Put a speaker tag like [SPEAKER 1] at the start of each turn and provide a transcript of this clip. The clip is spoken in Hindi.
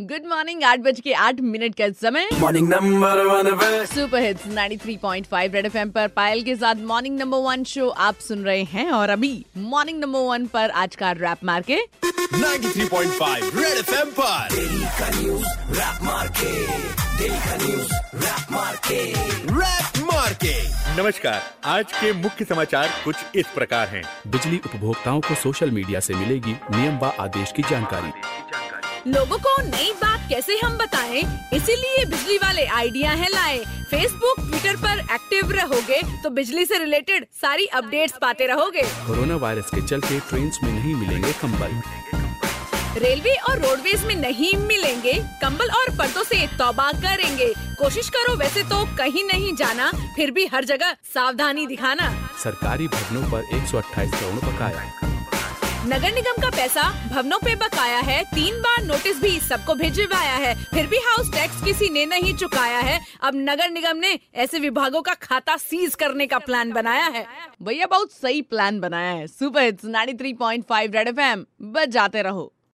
[SPEAKER 1] गुड मॉर्निंग आठ बज के आठ मिनट का समय
[SPEAKER 2] मॉर्निंग नंबर वन पे
[SPEAKER 1] सुपर हिट्स 93.5 रेड एफएम पर पायल के साथ मॉर्निंग नंबर वन शो आप सुन रहे हैं और अभी मॉर्निंग नंबर वन पर आज का रैप मार के
[SPEAKER 3] 93.5 Red FM पर Rap Market नमस्कार आज के मुख्य समाचार कुछ इस प्रकार हैं
[SPEAKER 4] बिजली उपभोक्ताओं को सोशल मीडिया से मिलेगी नियम व आदेश की जानकारी
[SPEAKER 5] लोगों को नई बात कैसे हम बताएं इसीलिए बिजली वाले आइडिया है लाए फेसबुक ट्विटर पर एक्टिव रहोगे तो बिजली से रिलेटेड सारी अपडेट्स पाते रहोगे
[SPEAKER 4] कोरोना वायरस के चलते ट्रेन में नहीं मिलेंगे कंबल
[SPEAKER 5] रेलवे और रोडवेज में नहीं मिलेंगे कंबल और पर्दों से तौबा करेंगे कोशिश करो वैसे तो कहीं नहीं जाना फिर भी हर जगह सावधानी दिखाना
[SPEAKER 4] सरकारी भवनों पर 128 करोड़ बकाया
[SPEAKER 5] नगर निगम का पैसा भवनों पे बकाया है तीन बार नोटिस भी सबको भिजवाया है फिर भी हाउस टैक्स किसी ने नहीं चुकाया है अब नगर निगम ने ऐसे विभागों का खाता सीज करने का प्लान बनाया है
[SPEAKER 1] भैया बहुत सही प्लान बनाया है सुपर हिट्स 93.5 रेड एफएम बजाते रहो